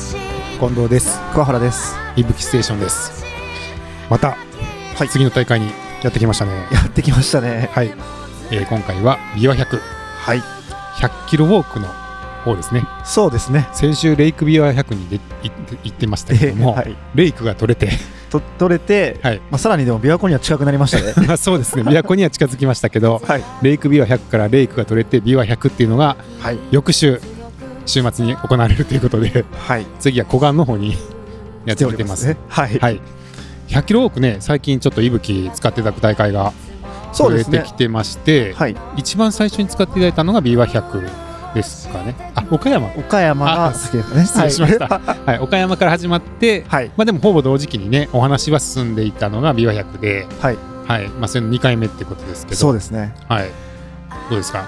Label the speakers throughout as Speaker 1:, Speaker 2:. Speaker 1: 近藤です
Speaker 2: 桑原です
Speaker 1: いぶきステーションですまた、
Speaker 2: はい
Speaker 1: 次の大会にやってきましたね
Speaker 2: やってきましたね
Speaker 1: はい、えー今回はビワ100
Speaker 2: はい
Speaker 1: 100キロウォークの方ですね
Speaker 2: そうですね
Speaker 1: 先週レイクビワ100にでい行ってましたけども、
Speaker 2: はい
Speaker 1: レイクが取れて
Speaker 2: と取れて、
Speaker 1: はい
Speaker 2: まあ、さらにでも琵琶湖には近くなりましたね
Speaker 1: まあ そうですね琵琶湖には近づきましたけど
Speaker 2: はい
Speaker 1: レイクビワ100からレイクが取れてビワ100っていうのが
Speaker 2: はい
Speaker 1: 翌週週末に行われるということで
Speaker 2: はい
Speaker 1: 次は湖岸の方にやってきてます
Speaker 2: ねはい、
Speaker 1: はい、100キロウォークね最近ちょっと息吹使っていただく大会が
Speaker 2: そう
Speaker 1: 増
Speaker 2: で
Speaker 1: え
Speaker 2: す
Speaker 1: て
Speaker 2: ね
Speaker 1: きてまして、
Speaker 2: はい
Speaker 1: 一番最初に使っていただいたのが BY100 ですかねあ岡山
Speaker 2: 岡山が
Speaker 1: あ
Speaker 2: 好きです ね
Speaker 1: 失礼しました
Speaker 2: はい、
Speaker 1: はい、岡山から始まって、
Speaker 2: はい
Speaker 1: まあ、でもほぼ同時期にねお話は進んでいたのが BY100 で、
Speaker 2: はい
Speaker 1: はいまあ、それの2回目ってことですけど
Speaker 2: そうですね
Speaker 1: はい、どうですか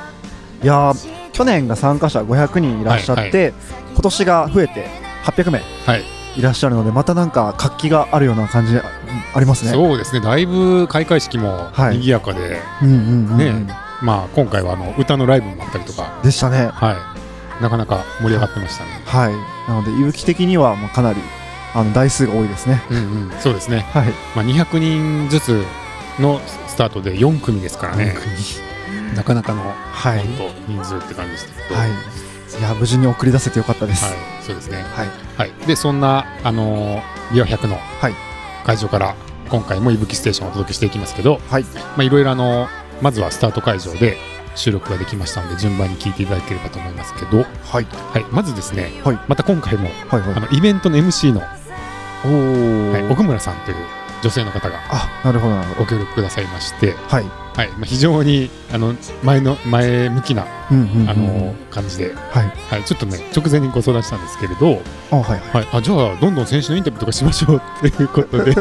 Speaker 2: いやー去年が参加者500人いらっしゃって、今年が増えて800名
Speaker 1: はい、
Speaker 2: いらっしゃるのでまたなんか活気があるような感じあありますね
Speaker 1: そうですねだいぶ開会式も
Speaker 2: はい
Speaker 1: 賑やかで、
Speaker 2: うんうんうんうん、
Speaker 1: ねまあ、今回はあの歌のライブもあったりとか、
Speaker 2: でしたね
Speaker 1: はい、なかなか盛り上がってましたね。
Speaker 2: はいなので勇気的にはもうかなりあの台数が多いですね
Speaker 1: うんうん、そうですね、
Speaker 2: はい
Speaker 1: まあ、200人ずつのスタートで4組ですからね、なかなかの本
Speaker 2: はい
Speaker 1: 当人数って感じでしたけど、
Speaker 2: はいいや無事に送り出せてよかったです
Speaker 1: はいそうですね、
Speaker 2: はい
Speaker 1: はい、でそんな、あのー、ビワ100の
Speaker 2: い
Speaker 1: 会場から、今回もいぶきステーションをお届けしていきますけど、
Speaker 2: はい
Speaker 1: まあ、いろいろ、あのーまずはスタート会場で収録ができましたので、順番に聞いていただければと思いますけど、
Speaker 2: はい
Speaker 1: はい、まずですね、
Speaker 2: はい
Speaker 1: また今回も
Speaker 2: はいはい
Speaker 1: あのイベントの MC の、
Speaker 2: おお、
Speaker 1: はい、奥村さんという女性の方が
Speaker 2: あなるほどなるほ
Speaker 1: ご
Speaker 2: ど
Speaker 1: 協力くださいまして、
Speaker 2: はい
Speaker 1: はいまあ、非常にあの前の前向きな
Speaker 2: うんうんうん、
Speaker 1: あの感じで、
Speaker 2: はい
Speaker 1: はい、ちょっとね直前にご相談したんですけれど、
Speaker 2: あはいはい
Speaker 1: はい、あじゃあどんどん選手のインタビューとかしましょうということで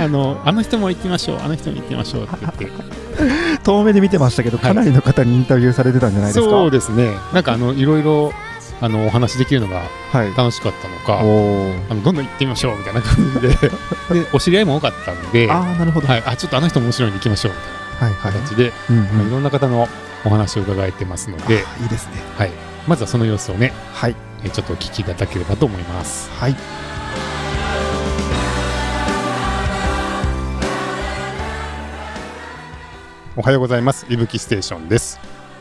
Speaker 1: あのあの人も行きましょうあの人も行きましょうって言って
Speaker 2: 遠目で見てましたけど
Speaker 1: はい
Speaker 2: かなりの方にインタビューされてたんじゃないですか、
Speaker 1: そうですねなんかあのいろいろあのお話しできるのが
Speaker 2: はい
Speaker 1: 楽しかったのか
Speaker 2: おー
Speaker 1: あのどんどん行ってみましょうみたいな感 じででお知り合いも多かったので、は
Speaker 2: ああなるほど、はい、
Speaker 1: い、あちょっとあの人も面白いんで行きましょうみ
Speaker 2: はいは
Speaker 1: たい
Speaker 2: い
Speaker 1: な形で、
Speaker 2: うん
Speaker 1: ま
Speaker 2: う
Speaker 1: あい
Speaker 2: ん
Speaker 1: ろんな方のお話を伺えてますので、
Speaker 2: あいいですね
Speaker 1: はい、まずはその様子をね
Speaker 2: はい
Speaker 1: えーちょっとお聞きいただければと思います。
Speaker 2: はい
Speaker 1: おはようございます。いぶきステーションです。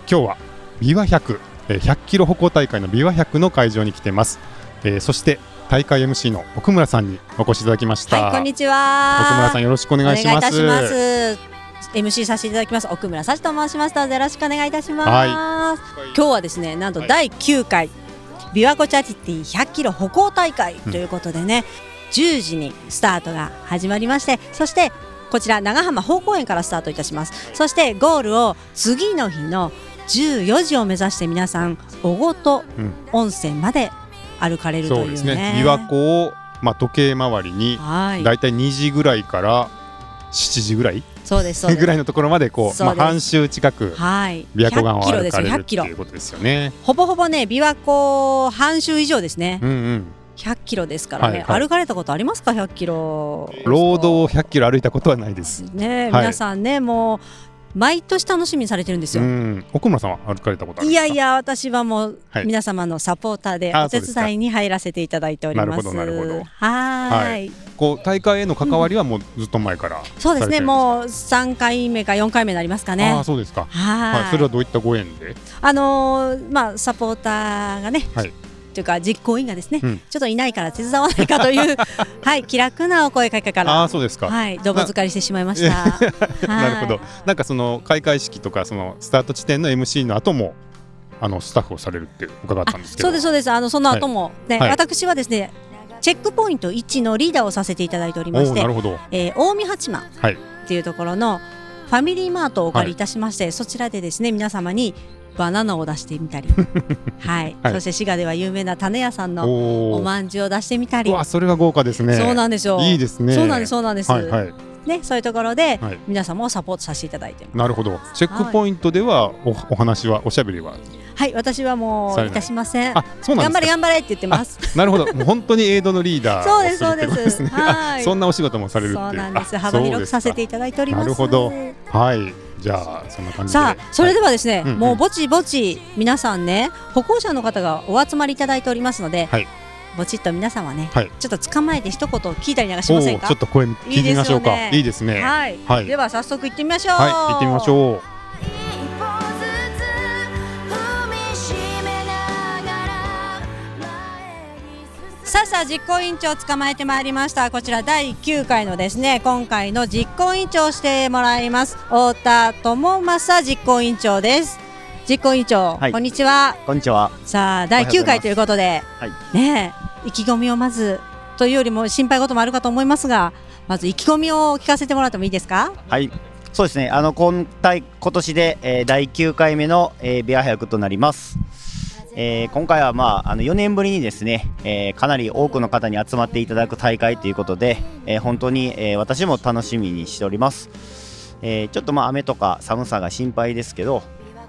Speaker 1: 今日はビワ100、えー100キロ歩行大会のビワ100の会場に来てます。えーそして大会 MC の奥村さんにお越しいただきました。
Speaker 3: はい、こんにち
Speaker 1: 奥村
Speaker 3: は。
Speaker 1: さんよろしくお願いします。
Speaker 3: お願いいたします。MC させていただきます奥村幸と申しますどうぞよろしくお願いいたします、今日はですねなんと
Speaker 1: はい
Speaker 3: 第9回、琵琶湖チャリティー100キロ歩行大会ということでね、10時にスタートが始まりましてそしてこちら長浜方公園からスタートいたしますそしてゴールを次の日の14時を目指して皆さん小琴
Speaker 1: うん
Speaker 3: 温泉まで歩かれるというね、
Speaker 1: そうですね。琵琶湖をまあ時計回りに
Speaker 3: はい
Speaker 1: だいたい2時ぐらいから7時ぐらい
Speaker 3: そうですそうです
Speaker 1: ぐらいのところまでこう
Speaker 3: そう
Speaker 1: まあ
Speaker 3: です
Speaker 1: 半周近く
Speaker 3: はい。
Speaker 1: 琵琶湖岸を
Speaker 3: 100キロで
Speaker 1: 歩
Speaker 3: す
Speaker 1: か
Speaker 3: よ、
Speaker 1: れる
Speaker 3: 100
Speaker 1: って
Speaker 3: キロ
Speaker 1: い。うことですよね。
Speaker 3: ほぼほぼね、琵琶湖半周以上ですね。
Speaker 1: うんうん。
Speaker 3: 100キロですからね。
Speaker 1: はいはい
Speaker 3: 歩かれたことありますか、100キロ。
Speaker 1: ロードを100キロ歩いたことはないです。
Speaker 3: ね、
Speaker 1: はい
Speaker 3: 皆さんね、もう毎年楽しみにされてるんです
Speaker 1: う
Speaker 3: よ。
Speaker 1: ん、奥村さんは歩かれたことあるん
Speaker 3: い
Speaker 1: ですか
Speaker 3: やいや、私はもう、
Speaker 1: はい
Speaker 3: 皆様のサポーターで
Speaker 1: あ
Speaker 3: お手伝いに入らせていただいております。
Speaker 1: そうですかなるほどなるほど
Speaker 3: はーい,、
Speaker 1: はこう大会への関わりはもうずっと前から、
Speaker 3: そうです
Speaker 1: されてる
Speaker 3: ね、
Speaker 1: んですか
Speaker 3: もう3回目か4回目になりますかね。
Speaker 1: ああそうですか
Speaker 3: は
Speaker 1: はいい、それはどういったご縁で、
Speaker 3: あのーまあサポーターがね、
Speaker 1: はい
Speaker 3: というか実行委員がですね、
Speaker 1: うん
Speaker 3: ちょっといないから手伝わないか というはい気楽なお声かけか
Speaker 1: あ
Speaker 3: ら
Speaker 1: あそうですか、
Speaker 3: はいどぶつかりしてしまいました。はい
Speaker 1: なるほど。なんかその開会式とかそのスタート地点の MC の後もあのスタッフをされるって伺っ
Speaker 3: あ
Speaker 1: たんですけど
Speaker 3: そうですそうですあのその後もね、
Speaker 1: はい
Speaker 3: 私はですねチェックポイント1のリーダーをさせていただいておりま
Speaker 1: お
Speaker 3: し
Speaker 1: お
Speaker 3: て
Speaker 1: なる、ほど
Speaker 3: えー、近江八幡
Speaker 1: はい
Speaker 3: っていうところのファミリーマートをお借りいたしまして、そちらでですね皆様にバナナを出してみた り、はい、
Speaker 1: はい
Speaker 3: そして滋賀では有名な種屋さんの
Speaker 1: お
Speaker 3: お
Speaker 1: お、
Speaker 3: まんじゅうを出してみたり
Speaker 1: うわそれは豪華ですね
Speaker 3: そうなんですよ。
Speaker 1: いいですね
Speaker 3: そうなんです、そうなんです。
Speaker 1: はいはい
Speaker 3: ね、そういうところで、
Speaker 1: はい
Speaker 3: 皆様をサポートさせていただいてます。
Speaker 1: なるほどチェックポイントではおお話はおしゃべりは
Speaker 3: はい、私はも
Speaker 1: さ
Speaker 3: う
Speaker 1: れ
Speaker 3: い
Speaker 1: ない
Speaker 3: たしません。
Speaker 1: あそうなん
Speaker 3: 頑
Speaker 1: です
Speaker 3: 張れ、
Speaker 1: か
Speaker 3: 頑張れって言ってます。
Speaker 1: なるほどもう本当にエイドのリーダーを
Speaker 3: そうです
Speaker 1: するってことですね
Speaker 3: そうですは い
Speaker 1: あそんなお仕事もされるっていう
Speaker 3: そうなんです。
Speaker 1: あ
Speaker 3: 幅
Speaker 1: そ
Speaker 3: 広
Speaker 1: う
Speaker 3: く
Speaker 1: ですか
Speaker 3: させていただいております。
Speaker 1: なるほどはいじゃあそんな感じで
Speaker 3: さあ、それではですね、
Speaker 1: うんうん
Speaker 3: もうぼちぼち皆さんね、歩行者の方がお集まりいただいておりますので、
Speaker 1: はい
Speaker 3: ぼちっと皆さんはね、
Speaker 1: はい
Speaker 3: ちょっと捕まえて一言聞いたりなんかし
Speaker 1: おお
Speaker 3: ま
Speaker 1: ー
Speaker 3: せんか
Speaker 1: ちょっと声聞いてみましょうか
Speaker 3: い
Speaker 1: い
Speaker 3: い
Speaker 1: いですねは
Speaker 3: はい、
Speaker 1: い
Speaker 3: では早速行ってみましょう
Speaker 1: い行ってみましょう
Speaker 3: さあさあ実行委員長を捕まえてまいりましたこちら第9回のですね今回の実行委員長をしてもらいます太田智正実行委員長です実行委員長、
Speaker 4: はい
Speaker 3: こんにちは
Speaker 4: こんにちは。
Speaker 3: さあ第
Speaker 4: おはよう
Speaker 3: 9
Speaker 4: ございます
Speaker 3: 回ということで、
Speaker 4: はい
Speaker 3: ねえ意気込みをまずというよりも心配事もあるかと思いますがまず意気込みを聞かせてもらってもいいですか
Speaker 4: はい。そうですね。あの今大今年で、えー第9回目の、えー、ビアハヤクとなります。えー今回はまああの4年ぶりにですね、えーかなり多くの方に集まっていただく大会ということで、えー本当に、えー私も楽しみにしております。えーちょっとまあ雨とか寒さが心配ですけど、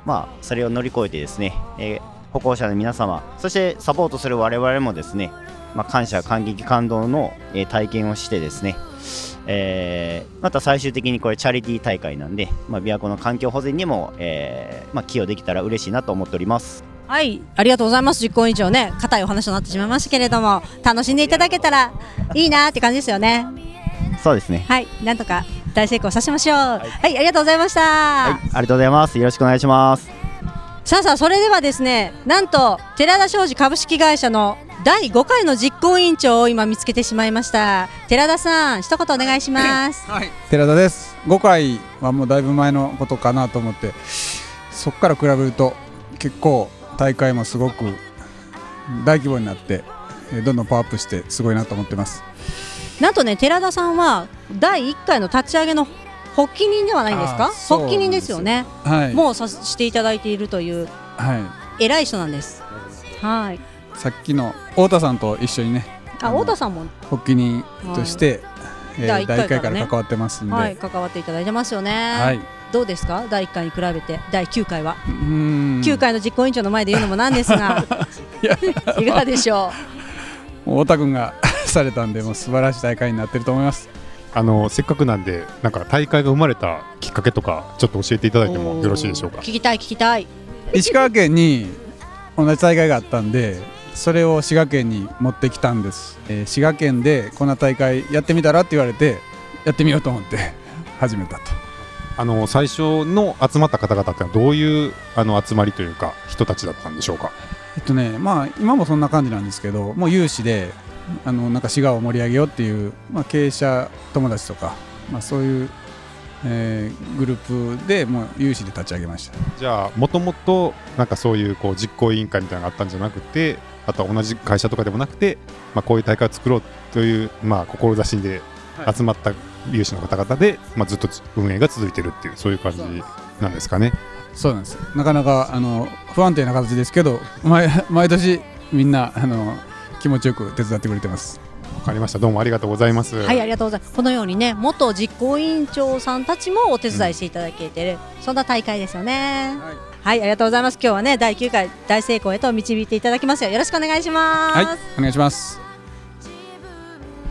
Speaker 4: まあそれを乗り越えてですね、えー歩行者の皆様、そしてサポートする我々もですね、まあ感謝感激感動の、えー体験をしてですね、えーまた最終的にこれチャリティー大会なんで、まあ、琵琶湖の環境保全にも、えーまあ、寄与できたら嬉しいなと思っております
Speaker 3: はいありがとうございます実行委員長ね硬いお話となってしまいましたけれども楽しんでいただけたらいいなって感じですよね
Speaker 4: そうですね
Speaker 3: はいなんとか大成功させましょうはい、ありがとうございました、
Speaker 4: はいありがとうございますよろしくお願いします
Speaker 3: さあさあそれではですねなんと寺田商事株式会社の第5回の実行委員長を今見つけてしまいました寺田さん一言お願いします
Speaker 5: はい、寺田です5回はもうだいぶ前のことかなと思ってそこから比べると結構大会もすごく大規模になってえーどんどんパワーアップしてすごいなと思ってます
Speaker 3: なんとね寺田さんは第1回の立ち上げの発起人ではないんです
Speaker 5: あ
Speaker 3: か
Speaker 5: ーそう
Speaker 3: 発起人ですよね
Speaker 5: はい、
Speaker 3: もうさしていただいているという
Speaker 5: は
Speaker 3: 偉い人なんですはい
Speaker 5: い、さっきの太田さんと一緒にね
Speaker 3: あ
Speaker 5: あの
Speaker 3: 太田さんも、
Speaker 5: 発起人として、えー
Speaker 3: 第一
Speaker 5: 第1
Speaker 3: 回
Speaker 5: 回
Speaker 3: か
Speaker 5: から
Speaker 3: ね
Speaker 5: ら関わってますんで、
Speaker 3: はい、関わっていただいてますよね、
Speaker 5: はい、
Speaker 3: どうですか第1回に比べて第9回は、
Speaker 5: うーん
Speaker 3: 9回の実行委員長の前で言うのもなんですが
Speaker 5: いや
Speaker 3: いかがでしょ
Speaker 5: もう太田君が されたんでもう素晴らしい大会になってると思います
Speaker 1: あのせっかくなんでなんか大会が生まれたきっかけとかちょっと教えていた
Speaker 3: う
Speaker 1: だいてもよろしいでしょう
Speaker 3: お
Speaker 1: か
Speaker 3: ー聞きたい聞きたい
Speaker 5: 石川県に同じ大会があったんでそれを滋賀県に持ってきたんです、えー滋賀県でこんな大会やってみたらって言われてやってみようと思って 始めたと
Speaker 1: あの最初の集まった方々ってのはどういうあの集まりというか人たちだったんでしょうか
Speaker 5: えっとねまあ今もそんな感じなんですけどもう有志であのなんか滋賀を盛り上げようっていう、まあ、経営者友達とか、まあ、そういう、えーグループでもう有志で立ち上げました
Speaker 1: じゃあもともとなんかそういうこう実行委員会みたいなのがあったんじゃなくてあとは同じ会社とかでもなくて、まあ、こういう大会を作ろうという、まあ、志で集まった有志の方々で、まあ、ずっと運営が続いてるっていうそういう感じなんですかね。
Speaker 5: そうなんですなかなかあの不安定な形ですけど 毎毎年みんなあの気持ちよく手伝ってくれてます
Speaker 1: わかりましたどうもありがとうございます。
Speaker 3: はいありがとうございますこのようにね元実行委員長さんたちもお手伝いしていただけてる、そんな大会ですよね
Speaker 5: はい
Speaker 3: はいありがとうございます今日はね第9回大成功へと導いていただきますよよろしくお願いします、
Speaker 5: はいお願いします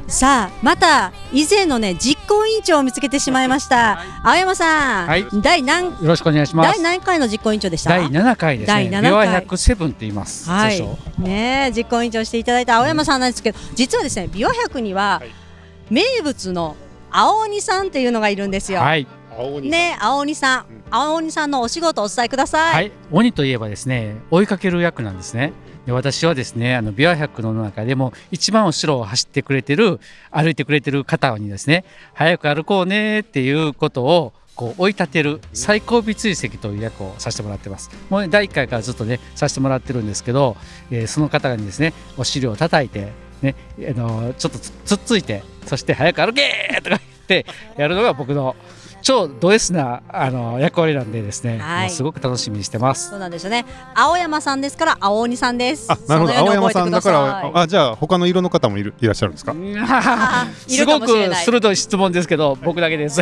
Speaker 3: さあまた以前のね実行委員長を見つけてしまいました、青山さん、
Speaker 6: はい
Speaker 3: 第何
Speaker 6: よろしくお願いしま
Speaker 3: 第
Speaker 6: す。
Speaker 3: 何回の実行委員長でした
Speaker 6: 第7回です
Speaker 3: 第
Speaker 6: ね。
Speaker 3: 7
Speaker 6: ビワ
Speaker 3: 回
Speaker 6: 107って言います。
Speaker 3: は
Speaker 6: 通称
Speaker 3: い、ねえ実行委員長していただいた青山さんなんですけど、実はですね、ビワ百には
Speaker 1: はい
Speaker 3: 名物の青鬼さんっていうのがいるんですよ。
Speaker 6: はい。
Speaker 1: 青鬼さん
Speaker 3: ねえ、青鬼さん
Speaker 1: うん、
Speaker 3: 青鬼さんのお仕事をお伝えください。
Speaker 6: はい。鬼といえばですね、追いかける役なんですね。で私はですね、あの、ビワ100の中でも、一番後ろを走ってくれてる、歩いてくれてる方にですね、早く歩こうねっていうことを、こう追い立てる最後尾追跡という役をさせてもらってます。もう第1回からずっとね、させてもらってるんですけど、えーその方にですね、お尻を叩いて、ね、あのちょっとつつっついて、そして早く歩けーとか言ってやるのが僕の超ド S なあの役割なんでですね、
Speaker 3: はい
Speaker 6: もうすごく楽しみにしてます。
Speaker 3: そうなんですよね。青山さんですから青鬼さんです。
Speaker 1: あなるほど
Speaker 3: そ
Speaker 1: 青
Speaker 3: のように
Speaker 1: 山
Speaker 3: 覚え
Speaker 1: さ
Speaker 3: て
Speaker 1: ん
Speaker 3: くだ
Speaker 1: だ
Speaker 3: さ
Speaker 1: か
Speaker 3: い
Speaker 1: らあじゃあ他の色の方もいるいらっしゃるんですか
Speaker 3: あー い
Speaker 6: す
Speaker 3: るか
Speaker 6: ご
Speaker 3: もしれ
Speaker 6: く
Speaker 3: ない
Speaker 6: 鋭い質問ですけど、僕だけです。
Speaker 3: そ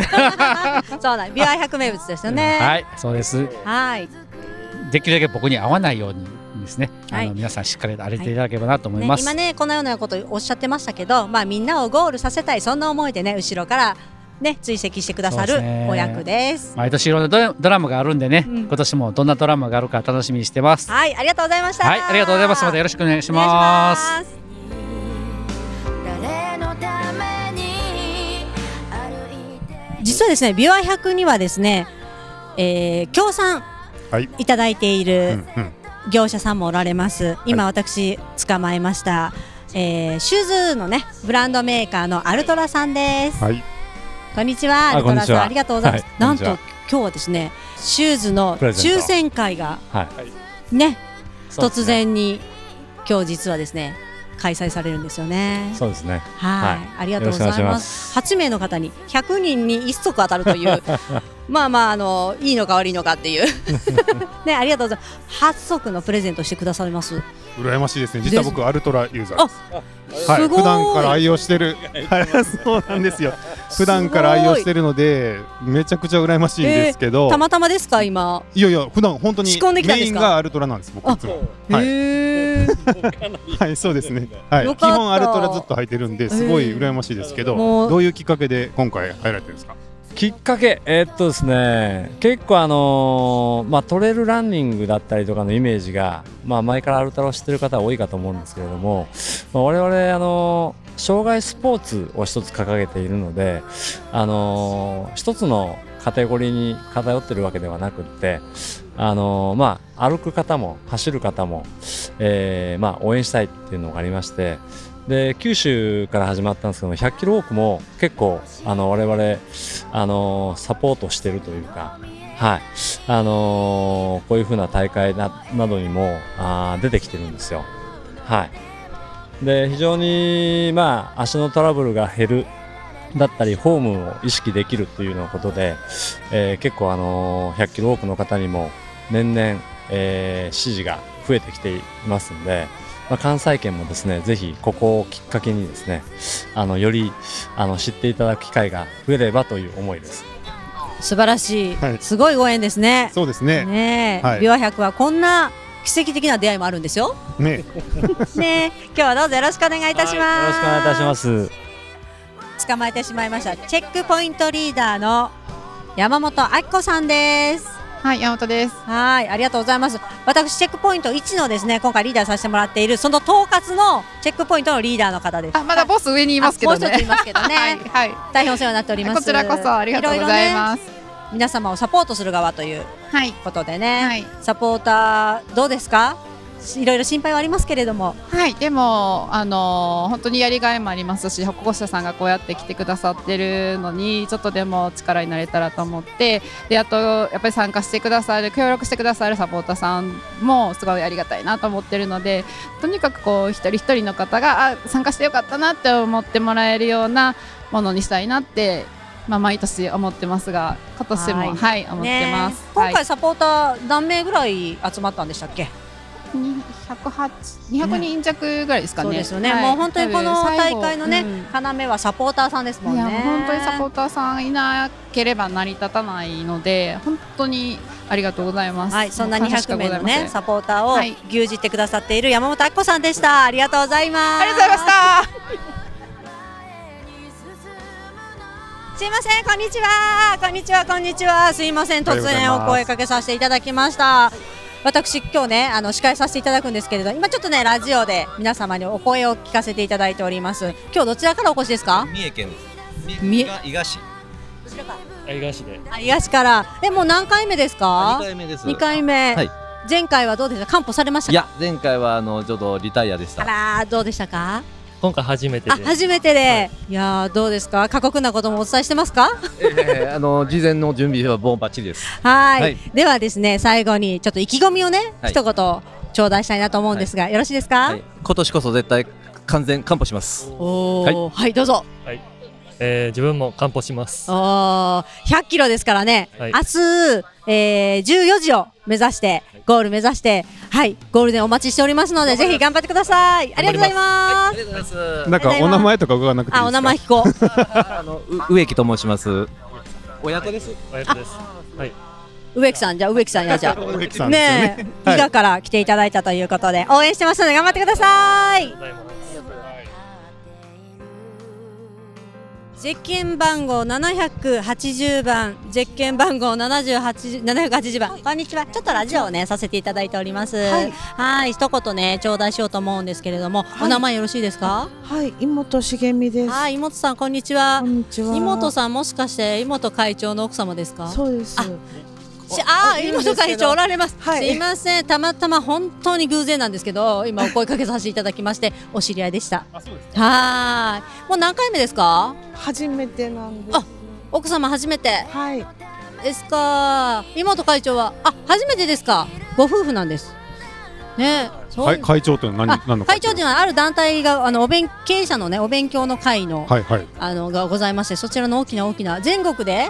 Speaker 3: うなん、ビワ百名物です よね。
Speaker 6: はい、そうです。
Speaker 3: はい。
Speaker 6: できるだけ僕に合わないようにですね、あの、
Speaker 3: はい
Speaker 6: 皆さんしっかり歩いていただければなと思い
Speaker 3: ね
Speaker 6: ま、す。
Speaker 3: 今ねこのようなことをおっしゃってましたけど、まあ、みんなをゴールさせたいそんな思いでね後ろから、ね、追跡してくださる
Speaker 6: そうですね
Speaker 3: お役です。
Speaker 6: 毎年いろんなドラドラマがあるんでね、
Speaker 3: うん
Speaker 6: 今年もどんなドラマがあるか楽しみにしてます。
Speaker 3: はい、ありがとうございました。
Speaker 6: はい、ありがとうございます。またよろしくお願いします。
Speaker 3: お願いします。実はですねビワ100にはですね、えー、協賛
Speaker 1: はい
Speaker 3: いただいてい
Speaker 1: うん
Speaker 3: る
Speaker 1: うん
Speaker 3: 業者さんもおられます今私捕まえました、えー、シューズのねブランドメーカーのアルトラさんです、
Speaker 1: はい
Speaker 3: こんにち
Speaker 7: あ
Speaker 3: はアルトラ
Speaker 7: こんにち
Speaker 3: さん
Speaker 7: は
Speaker 3: ありがとうございます、
Speaker 7: はい
Speaker 3: なんと
Speaker 7: こんに
Speaker 3: 今日はですねシューズの
Speaker 7: プレゼン
Speaker 3: 抽
Speaker 7: ト
Speaker 3: 選会が
Speaker 7: はい
Speaker 3: ね
Speaker 7: そうです
Speaker 3: 突
Speaker 7: ね
Speaker 3: 然に今日実はですね開催されるんですよね
Speaker 7: そうですね
Speaker 3: はい、
Speaker 7: はい
Speaker 3: ありがとうござ
Speaker 7: よろしくお
Speaker 3: い
Speaker 7: 願いし
Speaker 3: ま。
Speaker 7: ます
Speaker 3: 八名の方に百人に一足当たる という、まあまああのいいのか悪いのかっていうねありがとうございます。八足のプレゼントしてくださいます。
Speaker 1: 羨ましいですね実は
Speaker 3: です
Speaker 1: 僕アルトラユーザーです
Speaker 3: す
Speaker 1: はい、
Speaker 3: ごい。
Speaker 1: 普段から愛用して るそうなんですよ 普段から愛用してるのでめちゃくちゃ羨ましいんですけど、
Speaker 3: たまたまですか今。
Speaker 1: いやいや普段本当に
Speaker 3: 仕込んできたん
Speaker 1: メ
Speaker 3: で
Speaker 1: イ
Speaker 3: す
Speaker 1: ン
Speaker 3: か
Speaker 1: がアルトラなんです僕
Speaker 3: あ
Speaker 1: いつもはい
Speaker 3: へえ。
Speaker 1: はいそうですねはい
Speaker 3: よ
Speaker 1: 基
Speaker 3: かった
Speaker 1: 本アルトラずっと履いてるんですごい羨ましいですけど、
Speaker 3: えーもう
Speaker 1: どういうきっかけで今回入られてるんですか
Speaker 7: きっかけえーっとですね結構あのーまあトレイルランニングだったりとかのイメージがまあ前からアルトラを知ってる方は多いかと思うんですけれども、まあ、我々あのー障害スポーツを一つ掲げているのであのー一つのカテゴリーに偏ってるわけではなくってあのーまあ歩く方も走る方も、えーまあ応援したいっていうのがありましてで九州から始まったんですけども100キロウォークも結構あの我々あのサポートしてるというか、はいあのこういうふうな大会ななどにもあー出てきてるんですよ。はい、で非常に、まあ、足のトラブルが減るだったりフォームを意識できるというようなことで、えー結構、あの100キロ多くの方にも年々、えー支持が増えてきていますので、まあ、関西圏もですねぜひここをきっかけにですねあのよりあの知っていただく機会が増えればという思いです。
Speaker 3: 素晴らしい
Speaker 1: はい。
Speaker 3: すごいご縁ですね。
Speaker 1: そうですね
Speaker 3: ね
Speaker 1: は
Speaker 3: え、
Speaker 1: い
Speaker 3: ビワ百はこんな奇跡的な出会いもあるんですよ。
Speaker 1: ね
Speaker 3: ねえ、今日はどうぞよろしくお願いいたします。
Speaker 7: はいよろしくお願いいたします。
Speaker 3: 捕まえてしまいましたチェックポイントリーダーの山本明子さんです
Speaker 8: はい、山本です。
Speaker 3: はいありがとうございます私チェックポイント1のですね今回リーダーさせてもらっているその統括のチェックポイントのリーダーの方です
Speaker 8: あ、まだボス上にいますけど
Speaker 3: あもう一つい
Speaker 8: ね。
Speaker 3: ますけどね、
Speaker 8: はい、はい、
Speaker 3: 大変お世話になっております
Speaker 8: こちらこそありがとうございます。
Speaker 3: ろいろね皆様をサポートする側という
Speaker 8: はい、
Speaker 3: ことでね、
Speaker 8: はい、
Speaker 3: サポーターどうですかいろいろ心配はありますけれども
Speaker 8: はい、でも、あのー本当にやりがいもありますし、保護者さんがこうやって来てくださってるのに、ちょっとでも力になれたらと思って。で、あと、やっぱり参加してくださる、協力してくださるサポーターさんも、すごいありがたいなと思ってるので。とにかく、こう、一人一人の方が、あ、参加してよかったなって思ってもらえるようなものにしたいなって。まあ、毎年思ってますが、今年も、
Speaker 3: は
Speaker 8: はいい、思ってます。
Speaker 3: ね今
Speaker 8: はい
Speaker 3: 回サポーター何名ぐらい集まったんでしたっけ
Speaker 8: 208 200人弱ぐらいですかね。
Speaker 3: そうですよね、
Speaker 8: はい
Speaker 3: もう本当にこの
Speaker 8: 多分最
Speaker 3: 大
Speaker 8: 後
Speaker 3: 会のね、
Speaker 8: うん
Speaker 3: 要はサポーターさんですもん
Speaker 8: い
Speaker 3: ね。
Speaker 8: やもう本当にサポーターさんいなければ成り立たないので本当にありがとうございます。
Speaker 3: はい、そんな
Speaker 8: もう感謝し
Speaker 3: 200
Speaker 8: か
Speaker 3: 名
Speaker 8: ござ
Speaker 3: の
Speaker 8: いません
Speaker 3: ね、サポーターを
Speaker 8: はい
Speaker 3: 牛耳ってくださっている山本明子さんでした。ありがとうございます。
Speaker 8: ありがとうございました。
Speaker 3: すいません、こんにちは。こんにちは、こんにちは。すいません、突然お声かけさせていただきました。私今日ねあの司会させていただくんですけれど今ちょっとねラジオで皆様にお声を聞かせていただいております今日どちらからお越しですか
Speaker 9: 三重県です。
Speaker 3: 三重
Speaker 9: が伊賀市。伊賀市で。
Speaker 3: あ東からえもう何回目です
Speaker 9: あ
Speaker 3: か
Speaker 9: 二回目です。
Speaker 3: 二回目、
Speaker 9: はい
Speaker 3: 前回はどうでしたか完歩されました
Speaker 9: い
Speaker 3: か
Speaker 9: や、前回はあのちょっとリタイアでした。
Speaker 3: あらーどうでしたか
Speaker 10: 今回初めて
Speaker 3: あ
Speaker 10: で、
Speaker 3: 初めてで、い、やーどうですか過酷なこともお伝えしてますか
Speaker 9: ええあの事前の準備はボンバッチリです。
Speaker 3: はい
Speaker 9: はい
Speaker 3: ではですね最後にちょっと意気込みをね、
Speaker 9: はい
Speaker 3: 一言頂戴したいなと思うんですが、よろしいですか、
Speaker 9: はい。今年こそ絶対完全完歩します。
Speaker 3: おーはい、どうぞ
Speaker 10: えー自分も完歩します。
Speaker 3: おー100キロですからね、
Speaker 10: はい
Speaker 3: 明日、えー、14時を目指してゴール目指してはいゴールデンお待ちしておりますのでぜひ頑張ってくださいありがとうございます、
Speaker 9: りがとうござい
Speaker 1: なんかお名前とか伺わなくていいですか
Speaker 3: あお名前聞こう
Speaker 9: ます。 あのう植木と申します。親子です。
Speaker 10: おやつです。
Speaker 3: 植木さんじゃあ植木さんやじゃ あ
Speaker 1: 植木さんですよね
Speaker 3: ねえ、伊賀から来ていただいたということで応援してますので頑張ってください
Speaker 10: ありがとうございます。
Speaker 3: ゼッケン番号780番、ゼッケン番号78 780番、こんにちは。ちょっとラジオをね、させていただいております。はい、一言ね、頂戴しようと思うんですけれども、お名前よろしいですか。
Speaker 11: はい、妹茂美です。
Speaker 3: はい、妹さん、こんにちは。
Speaker 11: こんにちは。
Speaker 3: 妹さん、もしかして、妹会長の奥様ですか。
Speaker 11: そうです。
Speaker 3: しあ
Speaker 11: あ
Speaker 3: ー、
Speaker 11: いるんですけ
Speaker 3: 妹
Speaker 11: ど
Speaker 3: 会長おられます。
Speaker 11: はい
Speaker 3: すいません、たまたま本当に偶然なんですけど、今お声かけさせていただきまして、お知り合いでした。はーい、もう何回目ですか。
Speaker 11: 初めてなんです。
Speaker 3: あ、奥様初めて。
Speaker 11: はい。
Speaker 3: ですか。妹会長は、あ、初めてですか。ご夫婦なんです。ねえ、そう
Speaker 1: 会会長というのは何何の
Speaker 3: 会長というのはある団体があのお勉経営者のねお勉強の会の、
Speaker 1: はいはい
Speaker 3: あのがございましてそちらの大きな大きな全国で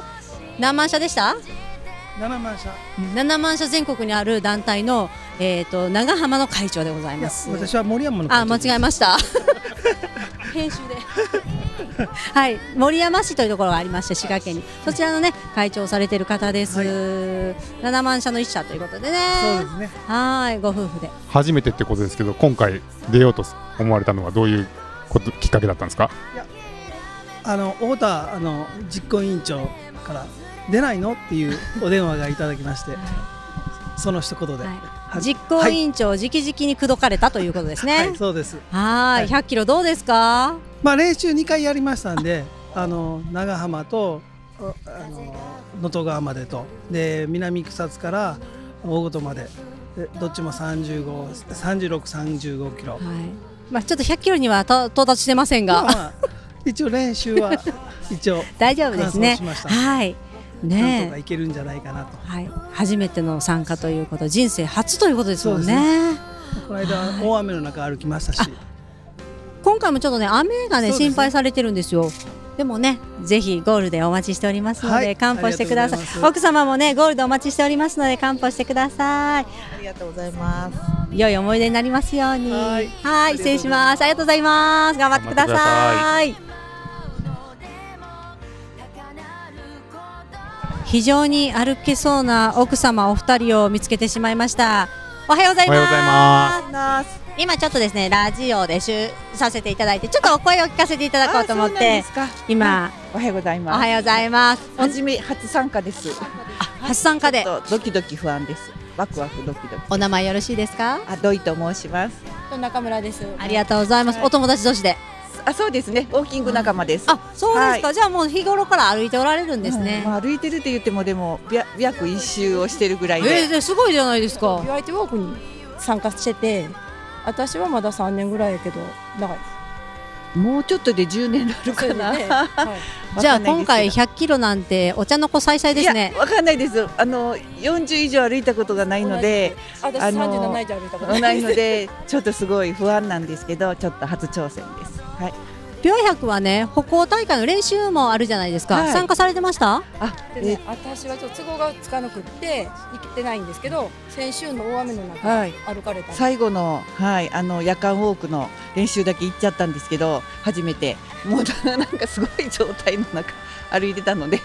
Speaker 3: 何万社でした
Speaker 5: 7万社
Speaker 3: 7万社全国にある団体の、えー、と長浜の会長でございます。
Speaker 12: 私は森山の
Speaker 3: あ間違えました。編集で。はい、森山市というところがありまして滋賀県にそちらのね会長をされている方です、7万社の一社ということでねそうですねはーいご夫婦で
Speaker 1: 初めてってことですけど今回出ようと思われたのはどういうこときっかけだったんですか
Speaker 12: あの太田あの実行委員長から出ないのっていうお電話がいただきましてその一言で、はい
Speaker 3: 実行委員長直々に口説かれたということですね。はい、
Speaker 12: そうです。
Speaker 3: はーい、100キロどうですか？
Speaker 12: まあ練習2回やりましたんであの長浜とああの能登川までとで南草津から大琴まででどっちも353635キロ、
Speaker 3: まあちょっと100キロにはた到達してませんが、
Speaker 12: 一応練習は一応
Speaker 3: 大丈夫ですね
Speaker 12: 完走しました。
Speaker 3: はい、
Speaker 12: なんと
Speaker 3: ね
Speaker 12: か
Speaker 3: え
Speaker 12: いけるんじゃないかなと。
Speaker 3: はい、初めての参加ということ、人生初ということですもん
Speaker 12: そうで
Speaker 3: ね。
Speaker 12: この間大雨の中歩きましたし、
Speaker 3: 今回もちょっとね雨がね
Speaker 12: そうですね
Speaker 3: 心配されてるんですよ。でもね、ぜひゴールでお待ちしておりますので、
Speaker 11: はい
Speaker 3: 乾杯してくださ
Speaker 11: ありがとうござい
Speaker 3: い。
Speaker 11: ます
Speaker 3: 奥様もねゴールでお待ちしておりますので乾杯してください。
Speaker 11: ありがとうございます。
Speaker 3: 良い思い出になりますように。はい失礼します。ありがとうございます。頑張ってくだ
Speaker 11: 頑
Speaker 3: さい。非常に歩けそうな奥様お二人を見つけてしまいました。おはようございます。
Speaker 11: おはようござい
Speaker 3: 今ちょっとですねラジオでしゅさせていただいてちょっとお声を聞かせていただこうと思っ
Speaker 11: あそうなん
Speaker 3: て
Speaker 11: ですか
Speaker 3: 今
Speaker 11: おはようござい
Speaker 3: お
Speaker 11: ます。
Speaker 3: はようございます。
Speaker 11: はじめ初参加です。
Speaker 3: 初参加で
Speaker 11: ドキドキ不安です。ワクワクドキドキ。
Speaker 3: お名前よろしいですか？
Speaker 11: あドイと申します。
Speaker 3: 中村です。ありがとうございます。お友達同士で。
Speaker 11: あそうですね。ウォーキング仲間です。
Speaker 3: あそうですか。
Speaker 11: はい
Speaker 3: じゃあもう日頃から歩いておられるんですね。
Speaker 11: うんまあ歩いてるって言ってもでもびゃ約一周をしてるぐらいで。
Speaker 3: えー、ですごいじゃないですか。
Speaker 13: 言われてウォークに参加してて私はまだ3年ぐらいやけどだから
Speaker 11: もうちょっとで10年になるかな。
Speaker 13: そうですね
Speaker 3: じゃあ
Speaker 11: わかんないです
Speaker 3: 今回100キロなんてお茶の子さいさいですね
Speaker 11: いや。わかんないです。あの40以上歩いたことがないので、
Speaker 13: 同じです私37以上歩いたこと
Speaker 11: な
Speaker 13: ないい
Speaker 11: ので、ちょっとすごい不安なんですけど、ちょっと初挑戦です。はい。
Speaker 3: ビワ100はね歩行大会の練習もあるじゃないですか。
Speaker 11: はい
Speaker 3: 参加されてました？
Speaker 13: でね、私はちょっと都合がつかなくって行けてないんですけど先週の大雨の中、
Speaker 11: はい
Speaker 13: 歩かれた
Speaker 11: 最後のはいあの夜間ウォークの練習だけ行っちゃったんですけど、初めてもうなんかすごい状態の中歩いてたので、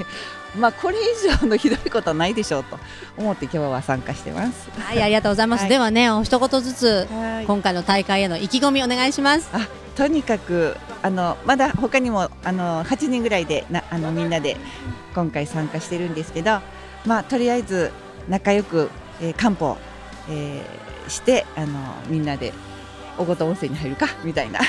Speaker 11: まあこれ以上のひどいことはないでしょうと思って今日は参加してます。
Speaker 3: はいありがとうございます。ではねお一言ずつ
Speaker 11: はい
Speaker 3: 今回の大会への意気込みお願いします。
Speaker 11: とにかくあのまだ他にもあの8人ぐらいでなあのみんなで今回参加してるんですけど、まあ、とりあえず仲良く、えー、漢方、えーしてあのみんなでおごと温泉に入るか みたいな、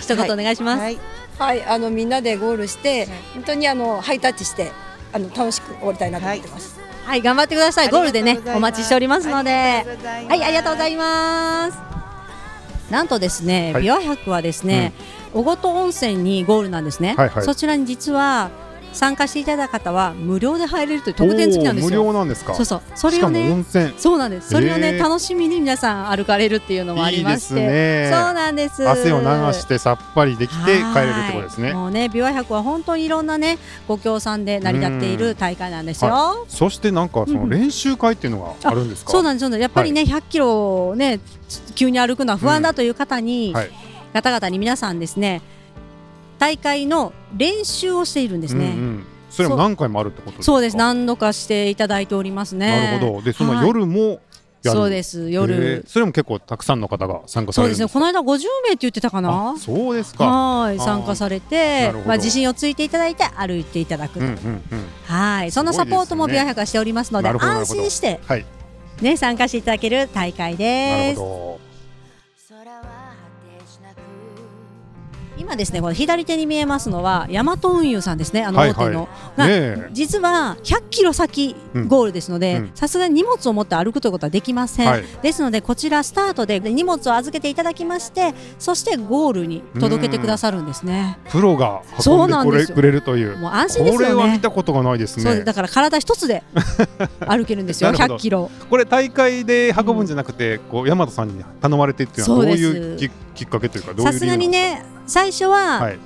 Speaker 3: 一言お願いします
Speaker 11: はい
Speaker 13: はいあのみんなでゴールして本当にあのハイタッチしてあの楽しく終わりたいなと思ってます、
Speaker 3: はい頑張ってください。ゴールでねお待ちしておりますので。はいありがとうございます。なんとですね、
Speaker 13: はい
Speaker 3: 琵琶百はですね、小琴温泉にゴールなんですね。
Speaker 1: はいはい
Speaker 3: そちらに実は参加していただいた方は無料で入れるという特典付きなんですよ。
Speaker 1: おー無料なんですか
Speaker 3: そうそう。それを
Speaker 1: しかも温
Speaker 3: ね。
Speaker 1: 泉
Speaker 3: そうなんです。それをね、
Speaker 1: へー
Speaker 3: 楽しみに皆さん歩かれるっていうのもありまして、
Speaker 1: いいですね
Speaker 3: そうなんです。
Speaker 1: 汗を流してさっぱりできて帰れるってことですね
Speaker 3: もうね、琵琶百は本当にいろんなね、ご協賛で成り立っている大会なんですよ。
Speaker 1: はいそしてなんかその練習会っていうのがあるんですか、
Speaker 3: そうなんですそうなんですやっぱりね、
Speaker 1: はい
Speaker 3: 100キロをねつ急に歩くのは不安だという方に、
Speaker 1: はい
Speaker 3: 方々に皆さんですね大会の練習をしているんですね、
Speaker 1: うんうんそれも何回もあるってことですか
Speaker 3: そうです何度かしていただいております
Speaker 1: なる
Speaker 3: ね
Speaker 1: ほどでそ
Speaker 3: は
Speaker 1: の
Speaker 3: い
Speaker 1: 夜もやる
Speaker 3: そうです夜
Speaker 1: へえそれも結構たくさんの方が参加さ
Speaker 3: そう
Speaker 1: れる
Speaker 3: で
Speaker 1: ん
Speaker 3: すね。
Speaker 1: です
Speaker 3: この間50名って言ってたかな。
Speaker 1: そうですか
Speaker 3: はい、
Speaker 1: あー
Speaker 3: 参加され
Speaker 1: な
Speaker 3: て
Speaker 1: るほ、ど
Speaker 3: まあ自信をついていただいて歩いていただくと。
Speaker 1: うんうんうん
Speaker 3: はい、そのサポートも
Speaker 1: すごいですね
Speaker 3: ビア百はしておりますので、
Speaker 1: なるほどなる
Speaker 3: 安
Speaker 1: ほど
Speaker 3: 心して
Speaker 1: はい
Speaker 3: ね参加していただける大会
Speaker 1: な
Speaker 3: で
Speaker 1: る
Speaker 3: す。
Speaker 1: ほ
Speaker 3: 今ですね、この左手に見えますのはヤマト運輸さんですね、あ
Speaker 1: ど
Speaker 3: の大手の。が
Speaker 1: はいはいねえ
Speaker 3: 実は100キロ先
Speaker 1: うん
Speaker 3: ゴールですの
Speaker 1: う
Speaker 3: で
Speaker 1: ん
Speaker 3: さすがに荷物を持って歩くということはできません、
Speaker 1: はい
Speaker 3: ですのでこちらスタートで荷物を預けていただきましてそしてゴールに届けてくださるんですね
Speaker 1: プロが
Speaker 3: そ
Speaker 1: 運
Speaker 3: うん
Speaker 1: で
Speaker 3: なん
Speaker 1: く
Speaker 3: で
Speaker 1: れ
Speaker 3: すよ
Speaker 1: くれるという
Speaker 3: もう安心ですよね
Speaker 1: これは見たことがないです
Speaker 3: そう
Speaker 1: ね
Speaker 3: だから体一つ で歩けるんですよ
Speaker 1: なるほど
Speaker 3: 100キロ
Speaker 1: これ大会で運ぶんじゃなくて、こう大和さんに頼まれてっていうのは
Speaker 3: そ
Speaker 1: ど
Speaker 3: う
Speaker 1: う
Speaker 3: です
Speaker 1: いうききっかけというかどういう
Speaker 3: さ
Speaker 1: 理由
Speaker 3: すがにね最初
Speaker 1: は
Speaker 3: はい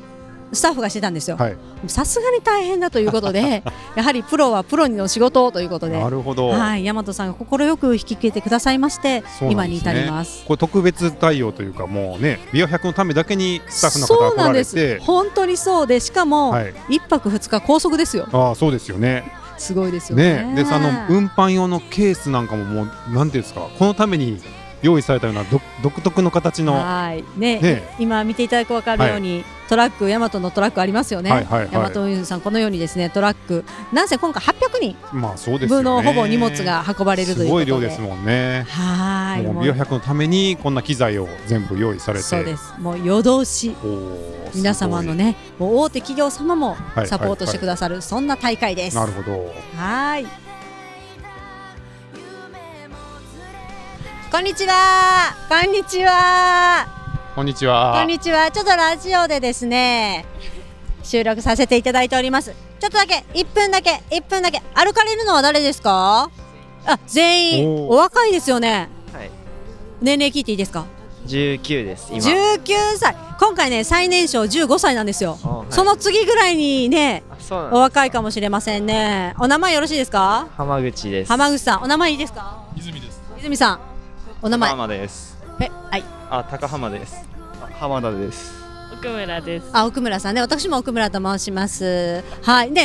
Speaker 3: スタッフがしてたんですよ
Speaker 1: はい
Speaker 3: さすがに大変だということ でやはりプロはプロの仕事ということで
Speaker 1: なるほど
Speaker 3: はい、大和さんが快く引き受けてくださいまして、
Speaker 1: そうな
Speaker 3: 今
Speaker 1: んで
Speaker 3: に
Speaker 1: す
Speaker 3: 至
Speaker 1: ね
Speaker 3: ります
Speaker 1: これ特別対応というかもうね美容100のためだけにスタッフの方
Speaker 3: そ
Speaker 1: が
Speaker 3: う
Speaker 1: 来
Speaker 3: な
Speaker 1: ら
Speaker 3: んで
Speaker 1: れ
Speaker 3: す
Speaker 1: て
Speaker 3: 本当にそうでしかも
Speaker 1: はい
Speaker 3: 一泊二日拘束ですよ
Speaker 1: ああそうですよね
Speaker 3: すごいですよね
Speaker 1: ねでその運搬用のケースなんかももうなんていうんですかこのために用意されたようなど独特の形の
Speaker 3: はいね
Speaker 1: ね
Speaker 3: 今見ていただくわかるように、トラックヤマトのトラックありますよね、
Speaker 1: はいはいはい
Speaker 3: ヤマト運輸さんこのようにですねトラックなんせ今回800人
Speaker 1: まあそうですよ
Speaker 3: 分
Speaker 1: ね
Speaker 3: のほぼ荷物が運ばれるということです
Speaker 1: ごい量ですもんね
Speaker 3: はーい
Speaker 1: もう
Speaker 3: もう
Speaker 1: 美容100のためにこんな機材を全部用意されて
Speaker 3: そうですもう夜通し
Speaker 1: おー
Speaker 3: 皆様のねもう大手企業様も
Speaker 1: い
Speaker 3: サポートしてくださる、そんな大会です
Speaker 1: なるほど
Speaker 3: はーい。こんにちは。こんにちは。
Speaker 1: こんにちは
Speaker 3: こんにちは。ちょっとラジオでですね。収録させていただいております。ちょっとだけ、一分だけ、一分だけ、歩かれるのは誰ですか。あ、全員、
Speaker 14: おー
Speaker 3: お若いですよね。
Speaker 14: はい、
Speaker 3: 年齢聞いていいですか。
Speaker 14: 19です今
Speaker 3: 19歳。今回ね、最年少15歳なんですよ。
Speaker 14: はい
Speaker 3: その次ぐらいにね。
Speaker 14: そうなんです
Speaker 3: お若いかもしれませんね。お名前よろしいですか。
Speaker 14: 浜口です
Speaker 3: 浜口さん、お名前いいですか。
Speaker 15: 泉です。
Speaker 3: 泉さん、お名前。
Speaker 15: 浜です。
Speaker 3: え、はい。
Speaker 15: あ、高浜です。あ浜田です。
Speaker 16: 奥村です。
Speaker 3: あ、奥村さんね、私も奥村と申します。はい、で、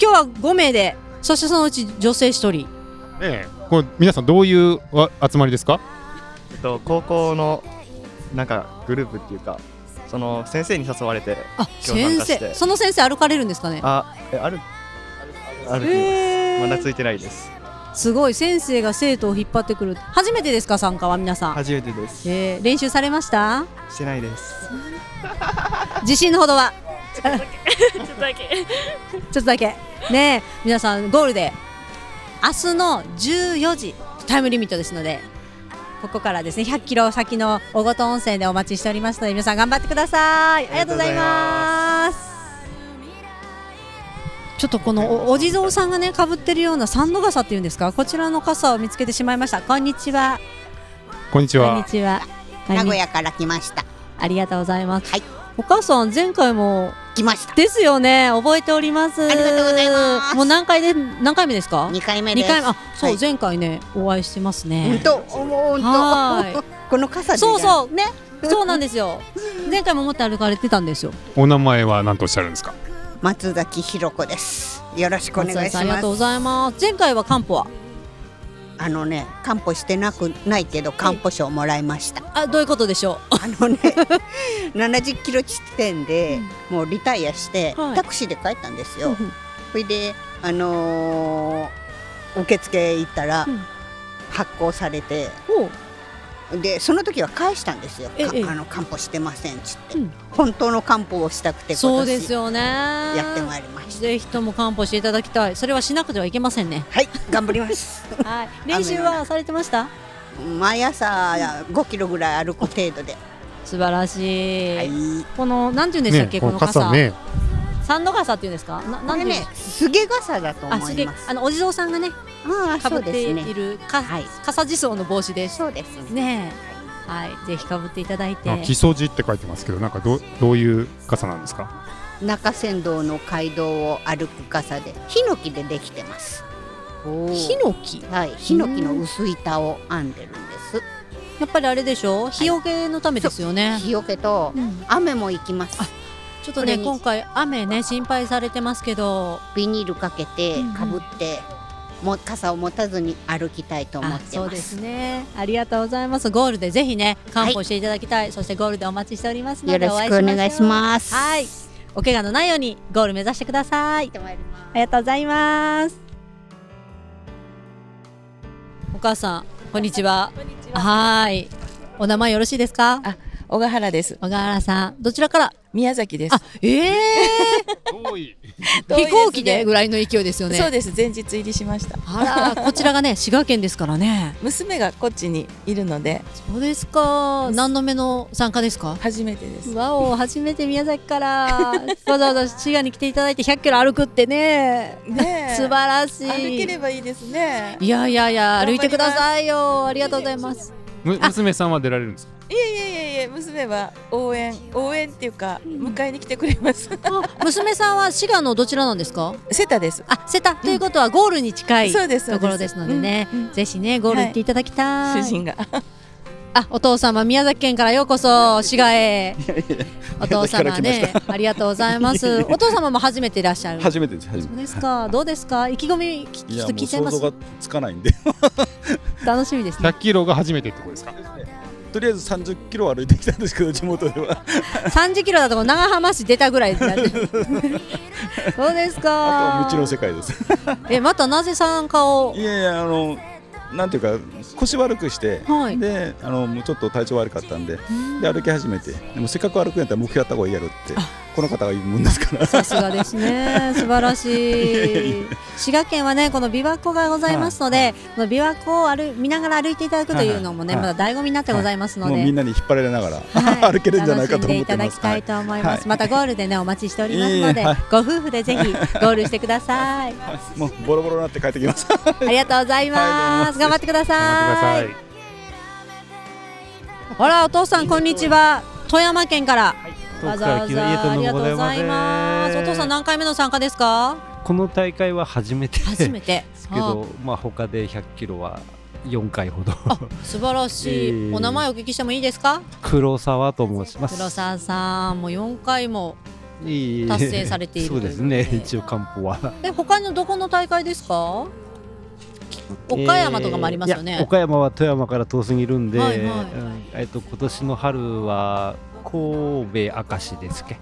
Speaker 3: 今日は5名で、そしてそのうち女性1人。
Speaker 1: ねえこれ皆さんどういうわ集まりですか
Speaker 15: えっと高校のなんかグループっていうか、その先生に誘われて今日参
Speaker 3: 先
Speaker 15: 加して
Speaker 3: 生、。その先生歩かれるんですかね。
Speaker 15: あ、えあるある
Speaker 3: へー
Speaker 15: まだついてないです。
Speaker 3: すごい、先生が生徒を引っ張ってくる。初めてですか、参加は皆さん。
Speaker 15: 初めてです。
Speaker 3: えー練習されました。
Speaker 15: してないです。
Speaker 3: 自信のほど は。
Speaker 16: ちょっとだけ。
Speaker 3: ちょっとだけ。ねえ、皆さんゴールで明日の14時タイムリミットですので、ここからですね100キロ先の小琴温泉でお待ちしておりますので皆さん頑張ってください。ありがとうございます。ちょっとこのおお地蔵さんがねかぶってるようなサンド傘っていうんですかこちらの傘を見つけてしまいましたこんにちは
Speaker 1: こんにち
Speaker 3: こんに
Speaker 1: は
Speaker 3: ちは
Speaker 17: 名古屋から来ました。
Speaker 3: ありがとうございます。お母さん前回も来ました。ですよね。覚えております。ありがとうございます。もう何回で何回目ですか？二回
Speaker 17: 目です
Speaker 3: あ、そう、前回ねお会いしてますね。
Speaker 17: 本当、もう
Speaker 3: は
Speaker 17: 本
Speaker 3: ーい
Speaker 17: 当。この傘で。
Speaker 3: そうそうね。そうなんですよ。前回も持って歩かれてたんですよ。
Speaker 1: お名前は何とおっしゃるんですか
Speaker 17: 松崎ひろ子です。よろしくお願いします。
Speaker 3: 松崎さんありがとうございます。前回は漢方は。
Speaker 17: あのね、漢方してなくないけど漢方賞もらいました。
Speaker 3: あ、どういうことでしょう。
Speaker 17: あのね、70キロ地点で、もうリタイアして、
Speaker 3: はい
Speaker 17: タクシーで帰ったんです
Speaker 3: うん
Speaker 17: よ。それであのー受付行ったら、発行されて、でその時は返したんですよ。かあの漢方してませんっつって、本当の漢方をしたくて今年
Speaker 3: そうですよね。
Speaker 17: やってまいりました
Speaker 3: ぜひとも漢方していただきたい。それはしなくてはいけませんね。
Speaker 17: はい、頑張ります。
Speaker 3: はい、練習はされてました？
Speaker 17: 毎朝5キロぐらい歩く程度で。
Speaker 3: 素晴らしい。このなんて言うんでしたっ
Speaker 17: ね
Speaker 3: け、この傘
Speaker 17: この傘ね
Speaker 3: サンド傘っていうんですか。な、なんていうんです
Speaker 17: これねすげ傘だと思い
Speaker 3: あ、
Speaker 17: ます
Speaker 3: すげ、あのお地蔵さんがね、かぶっ
Speaker 17: そう
Speaker 3: て
Speaker 17: ですね
Speaker 3: いるか、傘地蔵の帽子です。
Speaker 17: そうです
Speaker 3: ね。はい、ぜひかぶっていただいて。
Speaker 1: あ木曽路って書いてますけどなんかどうどういう傘なんですか
Speaker 17: 中山道の街道を歩く傘で、ヒノキでできてます。ヒ
Speaker 3: ノキ。
Speaker 17: はい、ヒノキの薄い板を編んでるんです。
Speaker 3: やっぱりあれでしょ日よけのためですよね。
Speaker 17: 日よけと、雨も行きます。
Speaker 3: ちょっと
Speaker 17: これ
Speaker 3: ね、
Speaker 17: に
Speaker 3: 今回雨ね、心配されてますけど。
Speaker 17: ビニールかけて、かぶって、も傘を持たずに歩きたいと思ってます。
Speaker 3: そうですね。ありがとうございます。ゴールでぜひね、完歩していただきたい,、そしてゴールでお待ちしておりますので、
Speaker 17: よろしくお願いします
Speaker 3: お会いしましょうはい。お怪我のないようにゴール目指してください。ありがとうございます。お母さん、こんにちは。はーい。お名前よろしいですか。あ、
Speaker 18: 小川原です。
Speaker 3: 小川原さん、どちらから。
Speaker 18: 宮崎です。あ、
Speaker 3: ええ
Speaker 18: 遠い
Speaker 3: 飛行機でぐらいの勢いですよね。
Speaker 18: そうです。前日入りしました。
Speaker 3: あ ら、こちらがね、滋賀県ですからね。
Speaker 18: 娘がこっちにいるので。
Speaker 3: そうですか。何度目の参加ですか。
Speaker 18: 初めてです。
Speaker 3: わお、初めて宮崎から。 わざわざ滋賀に来ていただいて、100キロ歩くってね。
Speaker 18: ね
Speaker 3: 素晴らしい。
Speaker 18: 歩ければいいですね。
Speaker 3: いやいやいや、歩いてくださいよ。ありがとうございます。
Speaker 1: む娘さんは出られるんですか
Speaker 18: いえいえいえいえ、娘は応援、応援っていうか、迎えに来てくれます。
Speaker 3: 娘さんは滋賀のどちらなんですか。
Speaker 18: 瀬田です。
Speaker 3: あ、瀬田ということはゴールに近い
Speaker 18: そうですそう
Speaker 3: と
Speaker 18: です
Speaker 3: ころですのでね。ぜひね、ゴール行っていただきたい。
Speaker 18: 主人が。
Speaker 3: あ、お父様宮崎県からようこそ滋賀へ。お父様ね、ありがとうござい
Speaker 19: い
Speaker 3: ま
Speaker 19: や い
Speaker 3: す。
Speaker 19: や
Speaker 3: お父様も初めていらっしゃ る。
Speaker 19: 初めてです初
Speaker 3: そう
Speaker 19: めて
Speaker 3: ですか。どうですか。意気込みき
Speaker 19: い
Speaker 3: ちょ
Speaker 19: やも
Speaker 3: っと
Speaker 19: う
Speaker 3: 聞いちゃい
Speaker 19: 想
Speaker 3: ま
Speaker 19: 像
Speaker 3: す。
Speaker 19: がつかないんで
Speaker 3: 楽しみですね。
Speaker 1: 100キロが初めてってことですか
Speaker 19: とりあえず30キロ歩いてきたんですけど地元では
Speaker 3: 三十キロだと長浜市出たぐらいになってる。そうですか。
Speaker 19: 道の世界です
Speaker 3: え、またなぜ参加を。
Speaker 19: いやいやあのなんていうか腰悪くして、
Speaker 3: はい
Speaker 19: であのもうちょっと体調悪かったんでで歩き始めてでもせっかく歩くんやったら目標やった方がいいやろってこの方が言うもんですから
Speaker 3: さすがですね。素晴ら し
Speaker 19: いやいやい
Speaker 3: い
Speaker 19: や。
Speaker 3: 滋賀県はね、この琵琶湖がございますので、この琵琶湖を歩見ながら歩いていただくというのもね、
Speaker 19: はい
Speaker 3: まだ醍醐味になってございますの
Speaker 19: もうみん
Speaker 3: で。
Speaker 19: なに引っ張られながら、 歩けるんじゃないかと思ってます
Speaker 3: 楽しんでいただきたいと思います。
Speaker 19: は
Speaker 3: またゴールでね、お待ちしておりますの
Speaker 19: いえ
Speaker 3: で
Speaker 19: いえはい、
Speaker 3: ご夫婦でぜひゴールしてください。
Speaker 19: いはいもうボロボロになって帰ってきます
Speaker 3: ありがとうございます。頑張ってください。あら、お父さん、こんにちは。富山県から。わざわざありがとうございます。お父さん、何回目の参加ですか。
Speaker 20: この大会は初めて
Speaker 3: 初めて
Speaker 20: ですけど、まあ他で100キロは4回ほど
Speaker 3: 素晴らしい。
Speaker 20: えー
Speaker 3: お名前お聞きしてもいいですか。
Speaker 20: 黒沢と申します
Speaker 3: 黒沢さんも四回も。
Speaker 20: いい
Speaker 3: 達成されている
Speaker 20: そうですね一応漢方は
Speaker 3: え、他のどこの大会ですか。 岡山とかもありますよ
Speaker 20: えーい
Speaker 3: ね
Speaker 20: や。岡山は富山から遠すぎるんで、
Speaker 3: はいはい
Speaker 20: うんえっと今年の春は神戸明石ですけ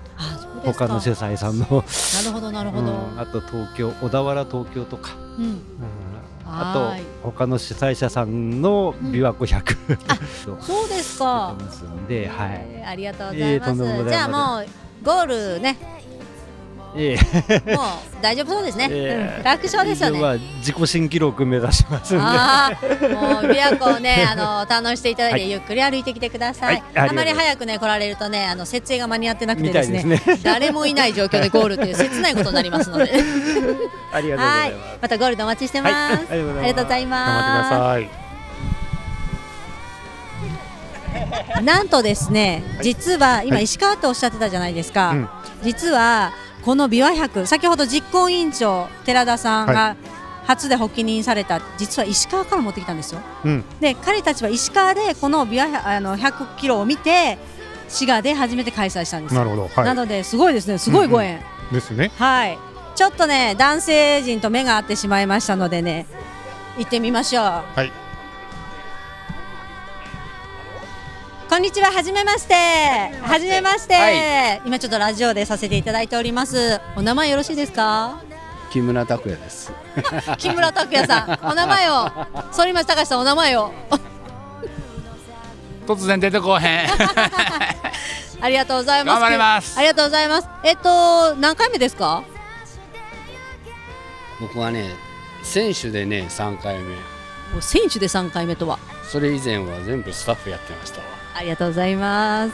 Speaker 3: うですか
Speaker 20: 他の主催さんの
Speaker 3: なるほど、なるほど。
Speaker 20: うんあと東京小田原東京とか、
Speaker 3: うん
Speaker 20: あ
Speaker 3: はーい
Speaker 20: と他の主催者さんの琵琶湖100、そう
Speaker 3: そうですか。
Speaker 20: ですんで、はい。
Speaker 3: えーありがとうございま
Speaker 20: いえとんでもござい
Speaker 3: す。
Speaker 20: ません
Speaker 3: じゃあ、もうゴールね、
Speaker 20: ええ
Speaker 3: もう大丈夫そうですね。
Speaker 20: ええ
Speaker 3: うん楽勝ですよね。
Speaker 20: まあ 自己新記録目指しますんで。
Speaker 3: ああ、もう琵琶湖を ね、あの堪能していただいて、
Speaker 20: はい
Speaker 3: ゆっくり歩いてきてください。
Speaker 20: はいありが
Speaker 3: あ
Speaker 20: とう
Speaker 3: まり早くね、来られるとね、あの設営が間に合ってなくてですね。
Speaker 20: みたいですね
Speaker 3: 誰もいない状況でゴールっていう切ないことになり ますので。
Speaker 20: ありがとうございます。
Speaker 3: またゴールドお待ちしてます。
Speaker 20: はいありがとうございます
Speaker 3: ありがとうございます。
Speaker 1: はい
Speaker 3: なんとですね、実は今
Speaker 1: はい
Speaker 3: 石川っておっしゃってたじゃないですか、実はこの琵琶百先ほど実行委員長寺田さん
Speaker 1: は
Speaker 3: が初で発起人された実は石川から持ってきたんですよ
Speaker 1: うん
Speaker 3: で彼たちは石川でこの琵琶百あの100キロを見て滋賀で初めて開催したんですよ
Speaker 1: なるほどはい
Speaker 3: なのですごいですねすごいご縁、
Speaker 1: ですね
Speaker 3: はいちょっとね男性陣と目が合ってしまいましたのでね行ってみましょう
Speaker 1: はい
Speaker 3: こんにちは、はじめまして。はじめまして。今ちょっとラジオでさせていただいております。お名前よろしいです か。
Speaker 21: 木村拓哉です。
Speaker 3: 木村拓哉さん、お名前を。反町隆史さん、お名前を。
Speaker 22: 突然出てこうへん
Speaker 3: ありがとうございます。
Speaker 22: 頑張ります
Speaker 3: ありがとうございます。えっと、何回目ですか。
Speaker 21: 僕はね、選手でね、3回目。
Speaker 3: もう選手で三回目とは。
Speaker 21: それ以前は全部スタッフやってましたわ。
Speaker 3: ありがとうございます。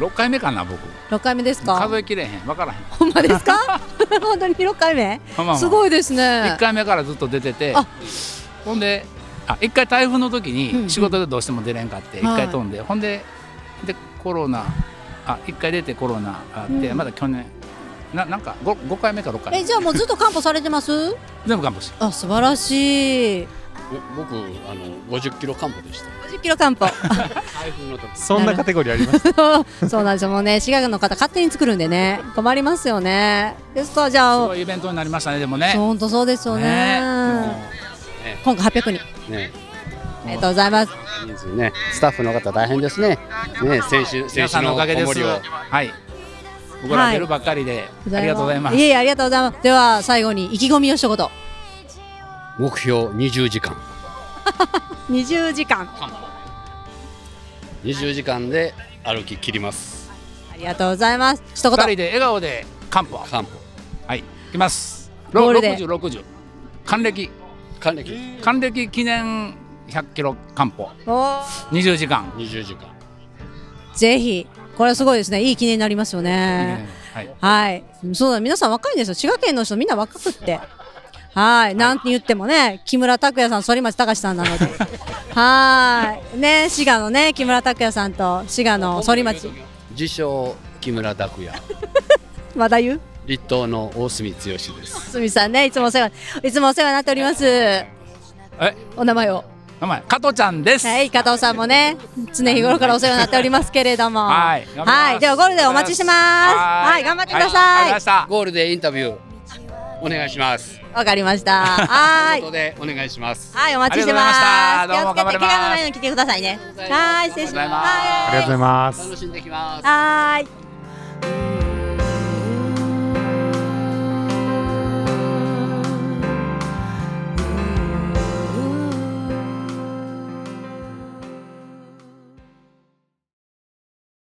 Speaker 22: 6回目かな僕
Speaker 3: 六回目ですか。
Speaker 22: 数えきれへん分からへん
Speaker 3: ほんまですか。本当に六回目
Speaker 22: まあまあ。
Speaker 3: すごいですね
Speaker 22: 1。回目からずっと出ててほんであ1回台風の時に仕事でどうしても出れんかって
Speaker 3: はい
Speaker 22: 1回飛んで、ほんででコロナあ1回出てコロナあって、
Speaker 3: うん
Speaker 22: まだ去年ななんか 5, 5回目か6回目
Speaker 3: え、じゃあ、もうずっと完歩されてます。
Speaker 22: 全部看護師
Speaker 3: あ、素晴らしい。
Speaker 21: ぼ僕、あの50キロカンポでした。
Speaker 3: 50キロ完歩。
Speaker 21: 台風の時。
Speaker 1: そんなカテゴリーあります
Speaker 3: そうなんですよ。もうね、滋賀の方勝手に作るんでね、困りますよね。ですか、じ
Speaker 22: す
Speaker 3: ゃあ
Speaker 22: ご、いイベントになりましたねでもね
Speaker 3: 本当そうですよね。
Speaker 22: ね
Speaker 21: ね
Speaker 3: 今回800人。
Speaker 21: ね
Speaker 3: ありがとうございます。
Speaker 21: 人数ねスタッフの方大変ですねね先週先
Speaker 22: 皆さ
Speaker 21: 週
Speaker 22: んの
Speaker 21: の
Speaker 6: お
Speaker 21: お
Speaker 6: か
Speaker 21: か
Speaker 6: げ
Speaker 21: げ
Speaker 6: で。
Speaker 21: ですす
Speaker 6: はい。僕ら出るばっかりで、ありがとうございます。
Speaker 3: いえいえありがとうございます。では最後に意気込みを一言。
Speaker 21: 目標20時間
Speaker 3: 20時間。
Speaker 21: 20時間で歩き切ります
Speaker 3: ありがとうございます。一言。
Speaker 22: 二人で笑顔で漢方。
Speaker 21: 漢方
Speaker 22: はい。いきます。
Speaker 3: ゴール
Speaker 22: 六
Speaker 3: で
Speaker 22: 十六十。還暦。
Speaker 21: 還暦。
Speaker 22: 還暦記念百キロ漢方。
Speaker 3: お
Speaker 22: 二十時間。
Speaker 21: 二十時間。
Speaker 3: ぜひこれはすごいですね。いい記念になりますよね。
Speaker 22: はい。
Speaker 3: はい、そうだ、皆さん若いんですよ。滋賀県の人みんな若くって。はい、なんて言ってもね、木村拓哉さん、反町隆史さんな ので。はい、ね、滋賀のね、木村拓哉さんと滋賀の反町。
Speaker 21: 自称木村拓哉
Speaker 3: まだ言う。
Speaker 21: 立東の大隅剛です
Speaker 3: すみさんね、いつもお世話、いつもお世話になっております。お名前を。
Speaker 22: 名前加藤ちゃんです。
Speaker 3: はい、加藤さんもね、常日頃からお世話になっておりますけれども。
Speaker 21: はい頑張ります
Speaker 3: はい、ではゴールでお待ちしてます。はい、頑張ってください。
Speaker 21: い。ゴールでインタビューお願いします。
Speaker 3: わかりました。は
Speaker 21: ということ
Speaker 3: い。
Speaker 21: でお願いします。
Speaker 3: はい、お待ちしてま
Speaker 21: あ
Speaker 3: す。
Speaker 21: りが
Speaker 3: 気
Speaker 21: とうご
Speaker 3: をつ
Speaker 21: ざいますどうも頑
Speaker 3: けて、
Speaker 21: 張ります
Speaker 3: 怪我のないように来てくださいね。はい、失礼します。
Speaker 1: ありがとうございます。
Speaker 21: 楽しんできます。
Speaker 3: はーい。